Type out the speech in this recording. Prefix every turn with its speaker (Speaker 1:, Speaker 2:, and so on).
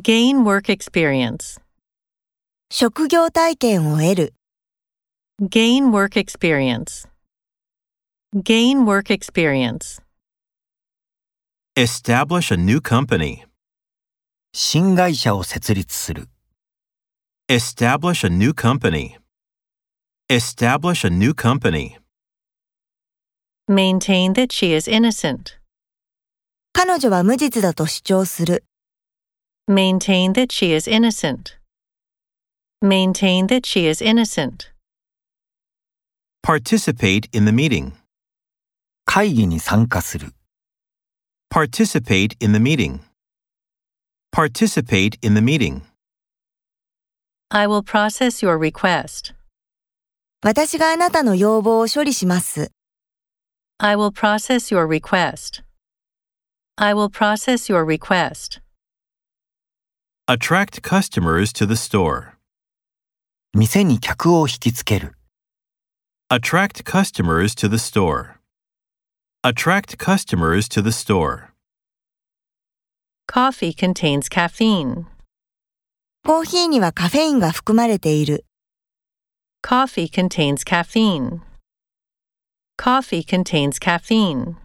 Speaker 1: Gain work experience.
Speaker 2: 職業体験を得る、
Speaker 1: Gain work experience. Gain work experience.
Speaker 3: Establish a new company.
Speaker 4: 新会社を設立する。
Speaker 3: Establish a new company. Establish a new company.
Speaker 1: Maintain that she is innocent.
Speaker 2: 彼女は無実だと主張する、
Speaker 1: Maintain that she is innocent. Maintain that she is innocent.
Speaker 3: Participate in the meeting.
Speaker 4: 会議に参加する。
Speaker 3: Participate in the meeting. Participate in the meeting.
Speaker 1: I will process your request.
Speaker 2: 私があなたの要望を処理します、
Speaker 1: I will process your request. I will process your request.
Speaker 3: Attract customers to the store.
Speaker 4: 店に客を引きつける。
Speaker 3: Attract customers to the store. Attract customers to the store.
Speaker 1: Coffee contains caffeine.
Speaker 2: コーヒーにはカフェインが含まれている、
Speaker 1: Coffee contains caffeine. Coffee contains caffeine.